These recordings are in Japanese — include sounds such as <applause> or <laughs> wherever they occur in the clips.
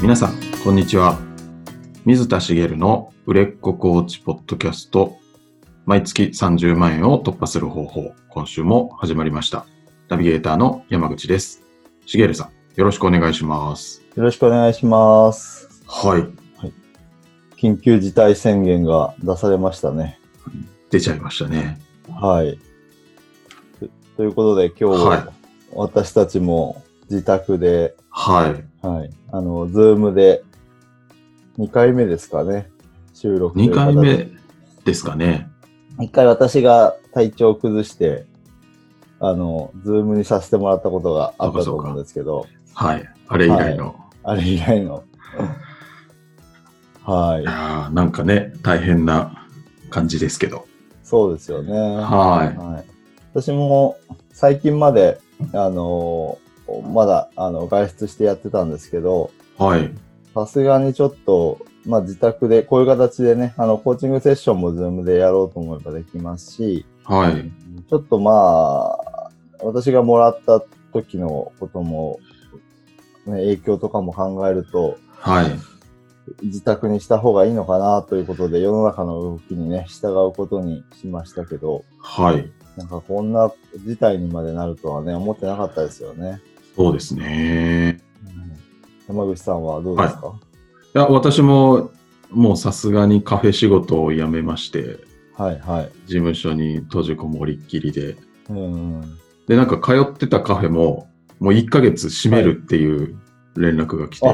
皆さん、こんにちは。水田茂の売れっ子コーチポッドキャスト、毎月30万円を突破する方法、今週も始まりました。ナビゲーターの山口です。茂さん、よろしくお願いします。よろしくお願いします。はい。緊急事態宣言が出されましたね。出ちゃいましたね。はい。とということで今日、はい私たちも自宅で、はい。はい、あの、ズームで2回目ですかね、収録という2形回。目ですかね。 1回私が体調を崩して、あの、ズームにさせてもらったことがあったと思うんですけど、はい。あれ以来の。あれ以来の。 <laughs> はいい、。やーなんかね、大変な感じですけど。そうですよね。はい。はい、私も最近まで、あのーまだあの外出してやってたんですけど、はい。さすがにちょっと、まあ、自宅でこういう形でね、あのコーチングセッションも Zoom でやろうと思えばできますし、はい。ちょっとまあ、私がもらった時のことも、ね、影響とかも考えると、はい。自宅にした方がいいのかなということで、世の中の動きにね、従うことにしましたけど、はい。なんかこんな事態にまでなるとはね、思ってなかったですよね。そうですね。山口さんはどうですか、いや、私も、もうさすがにカフェ仕事を辞めまして、はい、はい。事務所に閉じこもりっきりで。うんうん。で、なんか通ってたカフェも、もう1ヶ月閉めるっていう連絡が来て、あ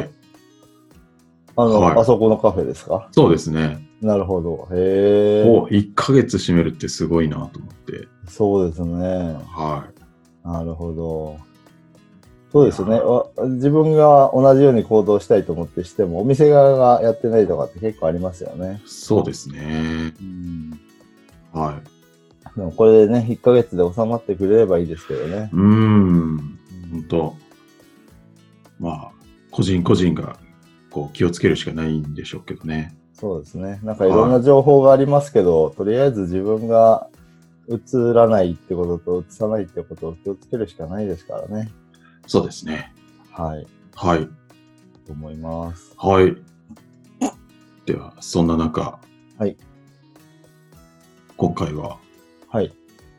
あの、はいあそこのカフェですかそうですね。なるほど。へえ。お、1ヶ月閉めるってすごいなと思って。そうですね。はい。なるほど。そうですよね。わ自分が同じように行動したいと思ってしても、お店側がやってないとかって結構ありますよね。そうですね。うん。ではもこれでね、1ヶ月で収まってくれればいいですけどい。。ねうーん。本当まあ、個人個人がこう気をつけるしかないんでしょうけどね。そうですね。なんかいろんな情報がありますけど、とりあえず自分が映らないってことと映さないってことを気をつけるしかないですからね。そうですね。はい。はい。と思います。はい。では、そんな中、はい。今回は、はい。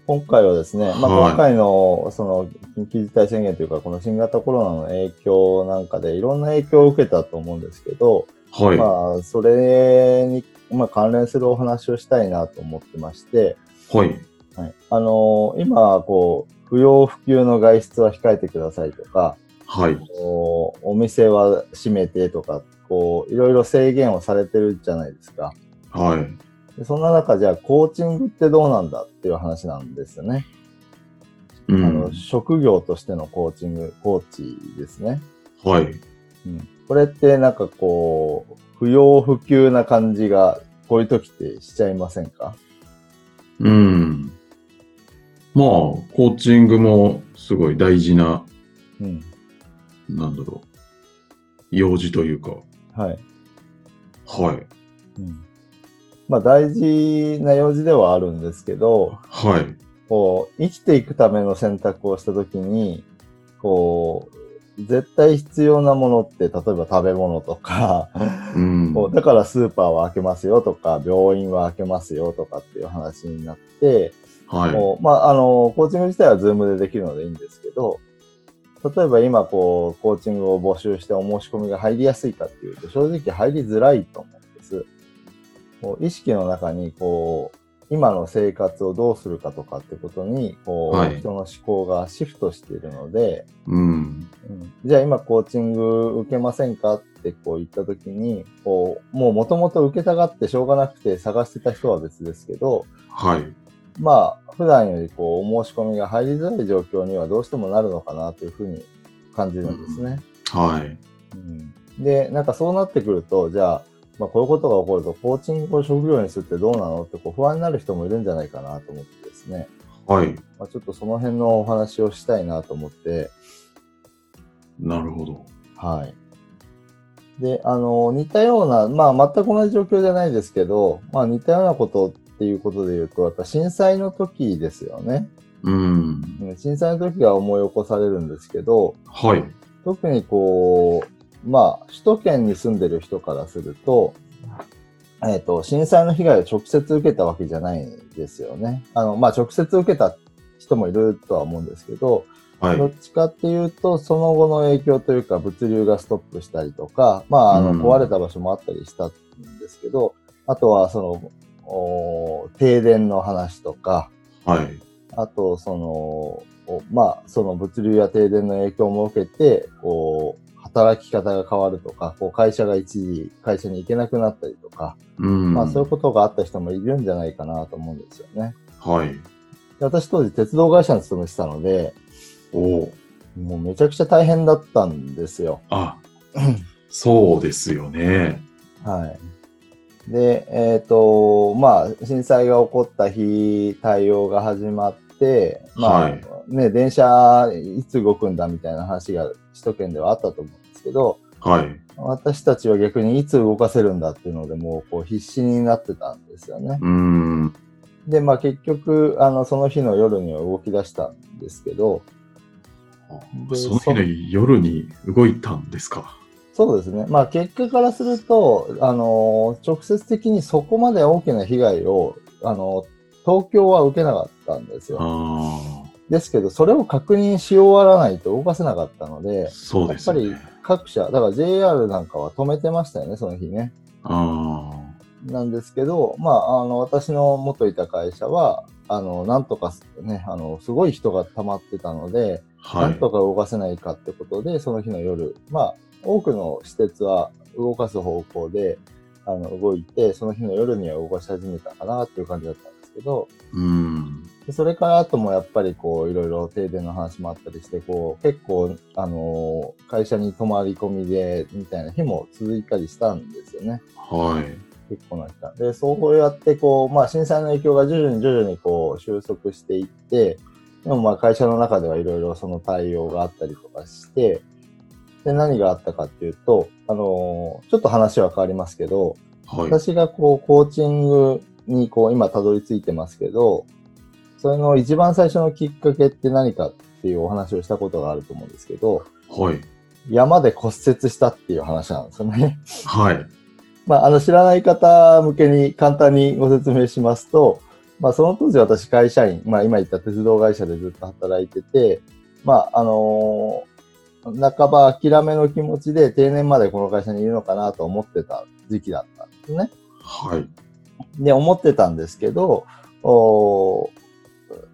今回はですね、まあ、はい今回のその緊急事態宣言というか、この新型コロナの影響なんかでいろんな影響を受けたと思うんですけど、はい。まあ、それに、まあ、関連するお話をしたいなと思ってまして、はい。はい、あのー今、こう、不要不急の外出は控えてくださいとか、はい。こうお店は閉めてとか、こう、いろいろ制限をされてるじゃないですか。はい。でそんな中、じゃあ、コーチングってどうなんだっていう話なんですよね。うあんの、。職業としてのコーチング、コーチですね。はい。うん。これって、なんかこう、不要不急な感じが、こういう時ってしちゃいませんかうん。まあ、コーチングもすごい大事な、うん。なんだろう、用事というか、はい。はい。うん。まあ、大事な用事ではあるんですけど、はい。こう、生きていくための選択をしたときに、こう、絶対必要なものって、例えば食べ物とか、うん。こうだからスーパーは開けますよとか、病院は開けますよとかっていう話になって、はい。こうまあ、あの、コーチング自体はズームでできるのでいいんですけど、例えば今、こう、コーチングを募集してお申し込みが入りやすいかっていうと、正直入りづらいと思うんです。こう意識の中に、こう、今の生活をどうするかとかってことに、こう、はい人の思考がシフトしているので、うん。うんじゃあ今コーチング受けませんかってこう言った時に、こう、もう元々受けたがってしょうがなくて探してた人は別ですけど、はい。まあ、普段よりこう、お申し込みが入りづらい状況にはどうしてもなるのかなというふうに感じるんですね。はい。うんで、なんかそうなってくると、じゃあ、まあこういうことが起こると、コーチングを職業にするってどうなのってこう不安になる人もいるんじゃないかなと思ってですね、はい。まあ、ちょっとその辺のお話をしたいなと思って、なるほど。はい。で、あの、似たような、まあ、全く同じ状況じゃないですけど、まあ、似たようなことっていうことで言うと、やっぱ震災の時ですよね。うん。うん震災の時が思い起こされるんですけど、はい。特にこう、まあ、首都圏に住んでる人からすると、えっ、と、震災の被害を直接受けたわけじゃないんですよね。あの、まあ、直接受けた人もいるとは思うんですけど、はい。どっちかっていうと、その後の影響というか、物流がストップしたりとか、まあ、あのうん壊れた場所もあったりしたんですけど、あとは、その、お停電の話とか、はい。あと、その、おまあ、その物流や停電の影響も受けて、こう、働き方が変わるとか、こう会社が一時会社に行けなくなったりとか、うん。まあそういうことがあった人もいるんじゃないかなと思うんですよね。はい。で私当時鉄道会社に勤めてたので、おーもうめちゃくちゃ大変だったんですよ。あ、そうですよね。はい。で、えっ、と、まあ、震災が起こった日、対応が始まって、まあ、はいね、電車いつ動くんだみたいな話が首都圏ではあったと思うんですけど、はい。私たちは逆にいつ動かせるんだっていうので、もうこう必死になってたんですよね。うん。で、まあ結局、あの、その日の夜には動き出したんですけど、でその日の夜に動いたんですか。そうですね。まあ結果からすると、あのー直接的にそこまで大きな被害を、あのー東京は受けなかったんですよ。あですけど、それを確認し終わらないと動かせなかったのあ、で、そうですよやっねぱ。各社、だから JR なんかは止めてましたよね、その日ね。あなんですけど、まあ、あの、私の元いた会社は、あの、なんとかね、あの、すごい人が溜まってたので、あ、はないん。とか動かせないかってことで、その日の夜、まあ、多くの施設は動かす方向で、あの、動いて、その日の夜には動かし始めたかなっていう感じだったんですけど、うん。でそれから後もやっぱりこう、いろいろ停電の話もあったりして、こう、結構、あのー会社に泊まり込みで、みたいな日も続いたりしたんですよね。はい。結構な期間。で、そうやってこう、まあ震災の影響が徐々に徐々にこう収束していって、でもまあ会社の中ではいろいろその対応があったりとかして、で、何があったかっていうと、あのーちょっと話は変わりますけど、はい。私がこう、コーチングにこう、今たどり着いてますけど、それの一番最初のきっかけって何かっていうお話をしたことがあると思うんですけど、はい。山で骨折したっていう話なんですよね。はい。まあ、あの知らない方向けに簡単にご説明しますと、まあ、その当時私会社員、まあ、今言った鉄道会社でずっと働いてて、まああのー半ば諦めの気持ちで定年までこの会社にいるのかなと思ってた時期だったんですね。はい。で、思ってたんですけど、おー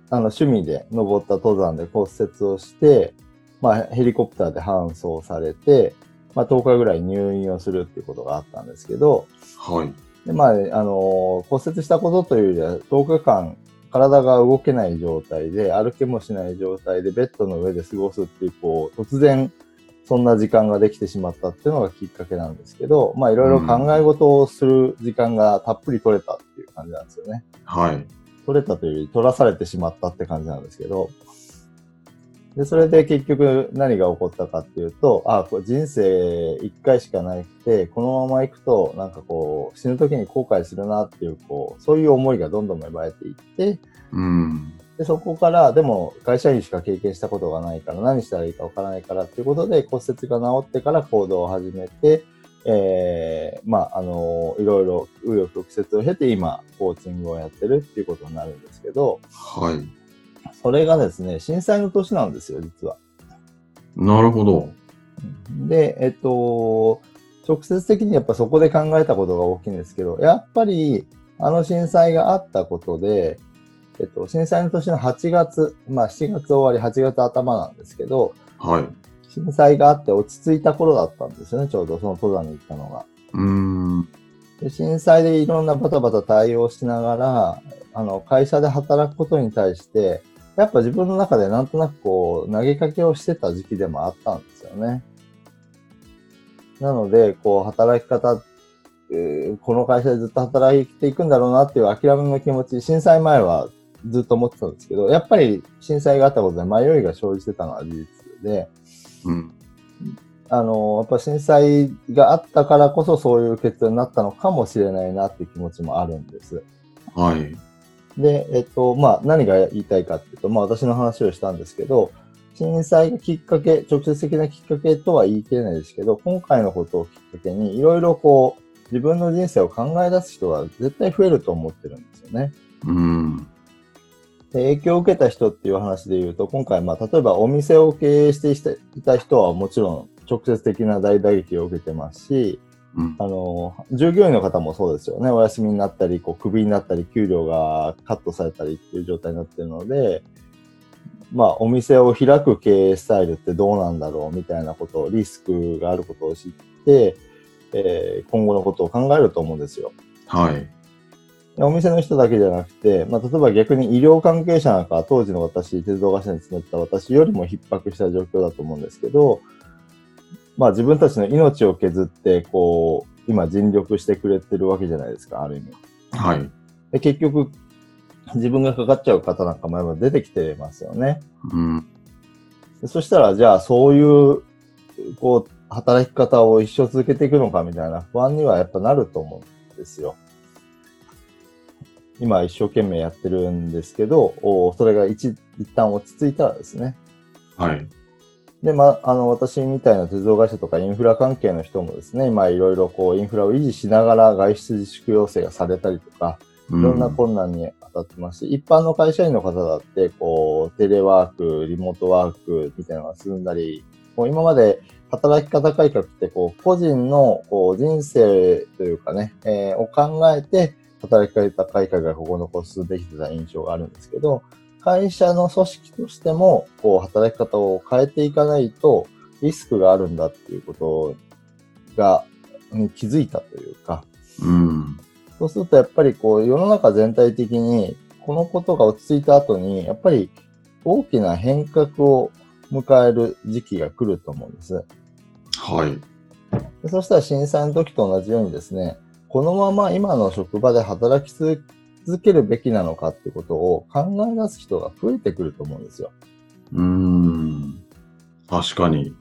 あの趣味で登った登山で骨折をして、まあ、ヘリコプターで搬送されて、まあ、10日ぐらい入院をするっていうことがあったんですけど、はい。で、まあ、あの骨折したことというよりは、10日間、体が動けない状態で、歩けもしない状態で、ベッドの上で過ごすっていう、こう、突然、そんな時間ができてしまったっていうのがきっかけなんですけど、まあ、いろいろ考え事をする時間がたっぷり取れたっていう感じなんですよね。はい。取れたというより取らされてしまったって感じなんですけど、で、それで結局何が起こったかっていうと、あ、これ人生一回しかなくて、このまま行くと、なんかこう、死ぬ時に後悔するなっていう、こう、そういう思いがどんどん芽生えていって、うん。で、そこから、でも、会社員しか経験したことがないから、何したらいいかわからないからっていうことで、骨折が治ってから行動を始めて、えー、まあ、あのいろいろ、紆余曲折を経て、今、コーチングをやってるっていうことになるんですけど、はい。それがですね、震災の年なんですよ、実は。なるほど。で、えっと、直接的にやっぱそこで考えたことが大きいんですけど、やっぱりあの震災があったことで、えっと、震災の年の8月、まあ7月終わり、8月頭なんですけど、はい。震災があって落ち着いた頃だったんですよね、ちょうどその登山に行ったのが。うーん。で震災でいろんなバタバタ対応しながら、あの、会社で働くことに対して、やっぱ自分の中でなんとなくこう、投げかけをしてた時期でもあったんですよね。なので、こう、働き方、えーこの会社でずっと働いていくんだろうなっていう諦めの気持ち、震災前はずっと思ってたんですけど、やっぱり震災があったことで迷いが生じてたのは事実で、うん。あの、やっぱ震災があったからこそそういう決断になったのかもしれないなっていう気持ちもあるんです。はい。で、えっと、まあ何が言いたいかっていうと、まあ私の話をしたんですけど、震災がきっかけ、直接的なきっかけとは言い切れないですけど、今回のことをきっかけに、いろいろこう、自分の人生を考え出す人が絶対増えると思ってるんですよね。うん。で影響を受けた人っていう話で言うと、今回、まあ、例えばお店を経営していた人はもちろん直接的な大打撃を受けてますし、うん。あの、従業員の方もそうですよね。お休みになったり、こう、クビになったり、給料がカットされたりっていう状態になってるので、まあ、お店を開く経営スタイルってどうなんだろうみたいなことを、リスクがあることを知って、えー今後のことを考えると思うんですよ。はい。お店の人だけじゃなくて、まあ、例えば逆に医療関係者なんかは当時の私、鉄道会社に勤めてた私よりも逼迫した状況だと思うんですけど、まあ、自分たちの命を削って、こう、今尽力してくれてるわけじゃないですか、ある意味。はい。で結局、自分がかかっちゃう方なんかもやっぱ出てきてますよね。うん。でそしたら、じゃあそういう、こう、働き方を一生続けていくのかみたいな不安にはやっぱなると思うんですよ。今一生懸命やってるんですけど、おそれが一一旦落ち着いたらですね。はい。で、まあ、あの、私みたいな鉄道会社とかインフラ関係の人もですね、今いろいろこう、インフラを維持しながら外出自粛要請がされたりとか、ういろんな困難に当たってますし、一般の会社員の方だって、こう、テレワーク、リモートワークみたいなのが進んだり、こう今まで働き方改革って、こう、個人のこう人生というかね、えーを考えて、働き方改革がここのこう進んできてた印象があるんですけど、会社の組織としても、こう、働き方を変えていかないと、リスクがあるんだっていうことが、に気づいたというか、うん。そうするとやっぱりこう世の中全体的にこのことが落ち着いた後にやっぱり大きな変革を迎える時期が来ると思うんです。はい。でそしたら震災の時と同じようにですね、このまま今の職場で働き続けるべきなのかってことを考え出す人が増えてくると思うんですよ。うん。確かに。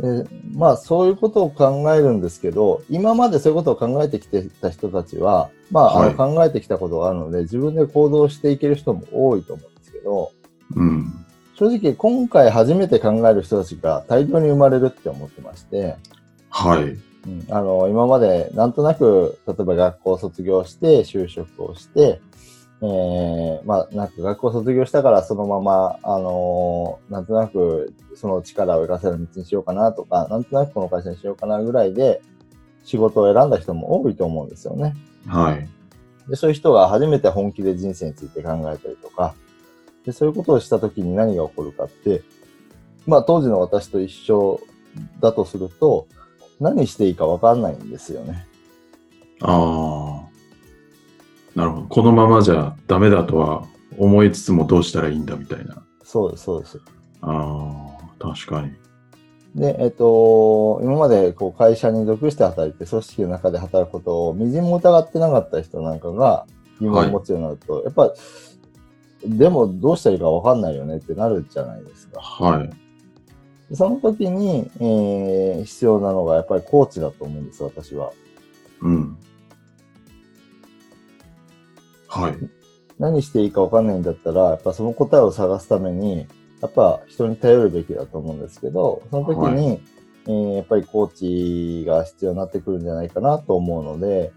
でまあそういうことを考えるんですけど、今までそういうことを考えてきてた人たちは、まあ、あの考えてきたことがあるので、自分で行動していける人も多いと思うんですけど、うん。正直今回初めて考える人たちが大量に生まれるって思ってまして、はい。うん、あの今までなんとなく例えば学校を卒業して就職をして、えーまあ、なんか学校を卒業したからそのまま、あのーなんとなくその力を生かせる道にしようかなとかなんとなくこの会社にしようかなぐらいで仕事を選んだ人も多いと思うんですよね。はい。で、そういう人が初めて本気で人生について考えたりとか、で、そういうことをしたときに何が起こるかって、まあ当時の私と一緒だとすると、何していいかわかんないんですよね。ああ。なるほど。このままじゃダメだとは思いつつもどうしたらいいんだみたいな。そうです、そうです。ああ、確かに。で、えっと、今までこう会社に属して働いて、組織の中で働くことをみじんも疑ってなかった人なんかが疑問を持つようになると、やっぱ、でもどうしたらいいかわかんないよねってなるじゃないですか。はい。その時に、えー必要なのがやっぱりコーチだと思うんです、私は。うん。はい。何していいか分かんないんだったら、やっぱその答えを探すために、やっぱ人に頼るべきだと思うんですけど、その時に、はえーやっぱりコーチが必要になってくるんじゃないかなと思うので、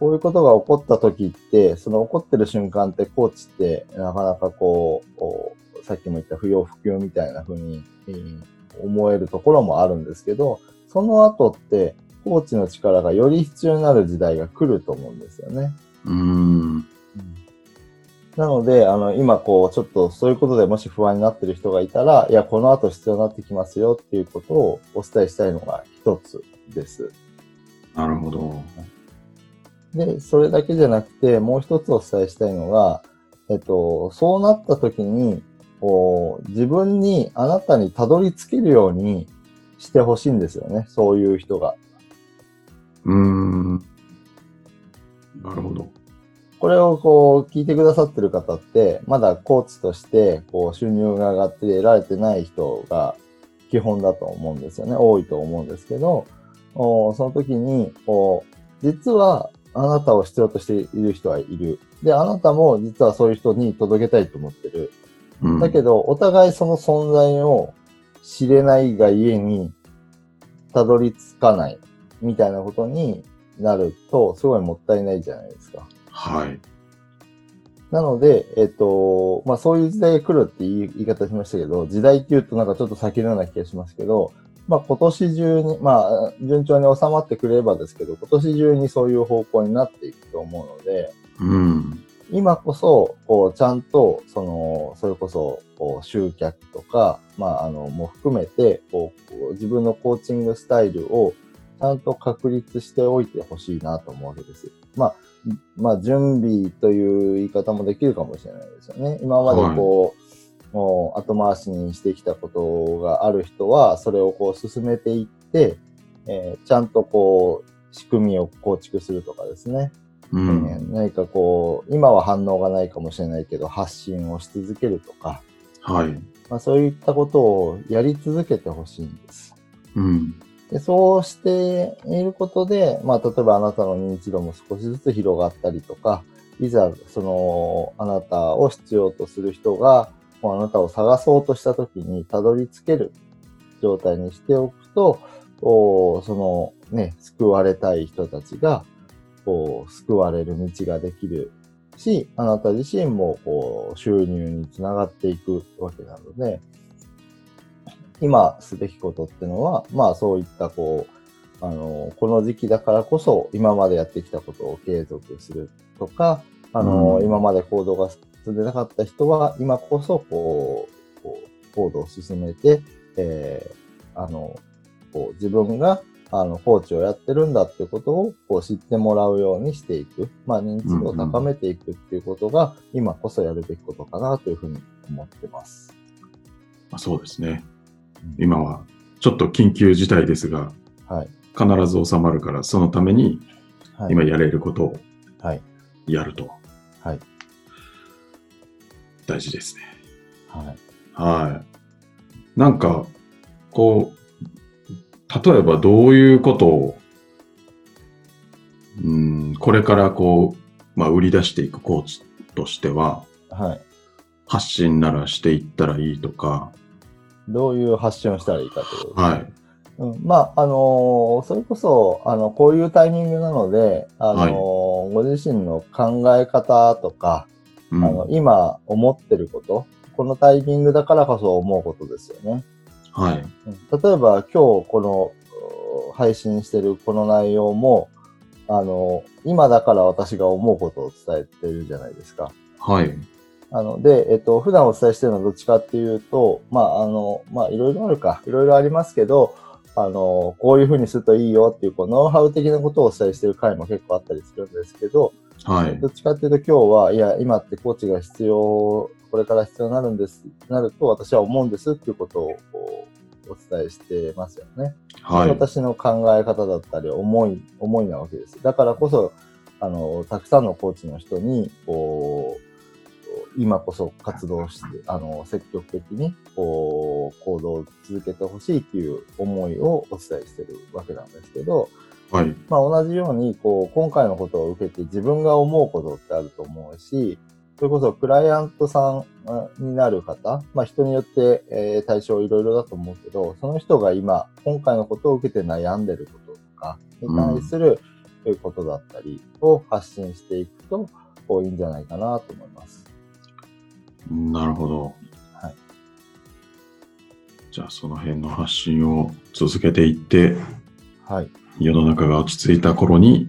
こういうことが起こった時って、その起こってる瞬間ってコーチってなかなかこう、こうさっきも言った不要不急みたいな風に、えー思えるところもあるんですけど、その後ってコーチの力がより必要になる時代が来ると思うんですよね。うーん。なので、あの、今こう、ちょっとそういうことでもし不安になってる人がいたら、いや、この後必要になってきますよっていうことをお伝えしたいのが一つです。なるほど。で、それだけじゃなくて、もう一つお伝えしたいのが、えっと、そうなった時に、こう、自分に、あなたにたどり着けるようにしてほしいんですよね。そういう人が。うーん。なるほど。これをこう聞いてくださってる方って、まだコーチとしてこう収入が上がって得られてない人が基本だと思うんですよね。多いと思うんですけど、おその時にこう、実はあなたを必要としている人はいる。で、あなたも実はそういう人に届けたいと思ってる。うんだけど、お互いその存在を知れないがゆえに、たどり着かないみたいなことになると、すごいもったいないじゃないですか。はい。なので、えっと、まあそういう時代が来るっていう言い方しましたけど、時代っていうとなんかちょっと先のような気がしますけど、まあ今年中に、まあ順調に収まってくれればですけど、今年中にそういう方向になっていくと思うので、うん。今こそ、こう、ちゃんと、その、それこそ、こう、集客とか、まあ、あの、も含めて、こう、こう自分のコーチングスタイルを、ちゃんと確立しておいてほしいなと思うわけです。まあ、まあ、準備という言い方もできるかもしれないですよね。今までこう、もう後回しにしてきたことがある人は、それをこう進めていって、えーちゃんとこう、仕組みを構築するとかですね。うえん。ー何かこう、今は反応がないかもしれないけど、発信をし続けるとか、はい。まあ、そういったことをやり続けてほしいんです。うん。でそうしていることで、まあ、例えばあなたの認知度も少しずつ広がったりとか、いざ、その、あなたを必要とする人が、もうあなたを探そうとした時にたどり着ける状態にしておくと、こうそのね、救われたい人たちが、こう、救われる道ができるし、あなた自身も、こう、収入につながっていくわけなので、今すべきことってのは、まあそういった、こう、あの、この時期だからこそ、今までやってきたことを継続するとか、あの、うん今まで行動が進んでなかった人は、今こそ、こう、こう行動を進めて、えーあの、こう自分があのコーチをやってるんだってことをこう知ってもらうようにしていく、まあ、認知度を高めていくっていうことが、今こそやるべきことかなというふうに思ってます。まあそうですねうん。今は、ちょっと緊急事態ですが、はい。必ず収まるから、そのためにはい。今やれることをはい。やるとはい。大事ですね。はい。はい。なんか、こう、例えばどういうことを、うん、これからこう、まあ、売り出していくコーチとしては、はい。発信ならしていったらいいとか、どういう発信をしたらいいかということですねはい。うん、まあ、あのーそれこそ、あの、こういうタイミングなので、あのはーいご自身の考え方とか、うあん、の今思ってること、このタイミングだからこそ思うことですよね。はい。うん例えば今日このうん配信してるこの内容も、あの、今だから私が思うことを伝えてるじゃないですか。はい。あの、で、えっと、普段お伝えしてるのはどっちかっていうと、まあ、あの、まあ、いろいろあるか、いろいろありますけど、あの、こういうふうにするといいよっていう、こう、ノウハウ的なことをお伝えしてる回も結構あったりするんですけど、はいど。っちかっていうと今日は、いや、今ってコーチが必要、これから必要になるんです、なると私は思うんですっていうことをこうお伝えしてますよね。はい。私の考え方だったり、思い、思いなわけです。だからこそ、あの、たくさんのコーチの人に、こう、今こそ活動して、あの、積極的に、こう、行動を続けてほしいっていう思いをお伝えしてるわけなんですけど、はい。まあ、同じようにこう今回のことを受けて自分が思うことってあると思うしそれこそクライアントさんあになる方、まあ、人によって、えー対象いろいろだと思うけどその人が今今回のことを受けて悩んでることとかに対するえーことだったりを発信していくとこういいんじゃないかなと思います。なるほど。はいじゃあ、その辺の発信を続けていって、はい、世の中が落ち着いた頃に、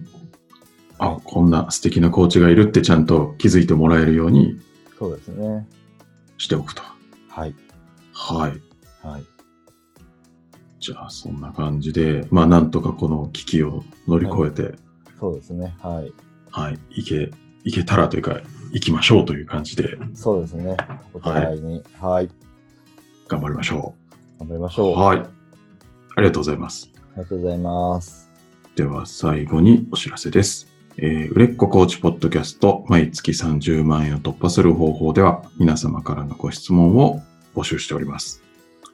あ、こんな素敵なコーチがいるってちゃんと気づいてもらえるようにそうですね。しておくと。はい、はい。はい、じゃあ、そんな感じで、まあ、なんとかこの危機を乗り越えて、そうですね。はい、はい、い、け、いけたらというか、行きましょうという感じで、そうですね。お互いに、はい、頑張りましょ頑張りましう。ょう。あはい。ありがとうございます。りがとうございます。では最後にお知らせです。えー売れっ子コーチポッドキャスト毎月30万円を突破する方法では皆様からのご質問を募集しております。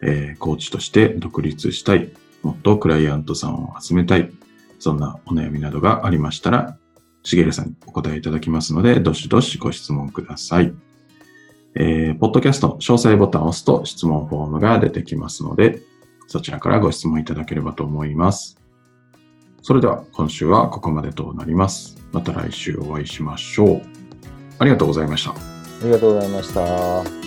えーコーチとして独立したい、もっとクライアントさんを集めたい、そんなお悩みなどがありましたら、しげるさんにお答えいただきますので、どしどしご質問ください。えーポッドキャスト詳細ボタンを押すと質問フォームが出てきますので、そちらからご質問いただければと思います。それでは今週はここまでとなります。また来週お会いしましょう。ありがとうございました。ありがとうございました。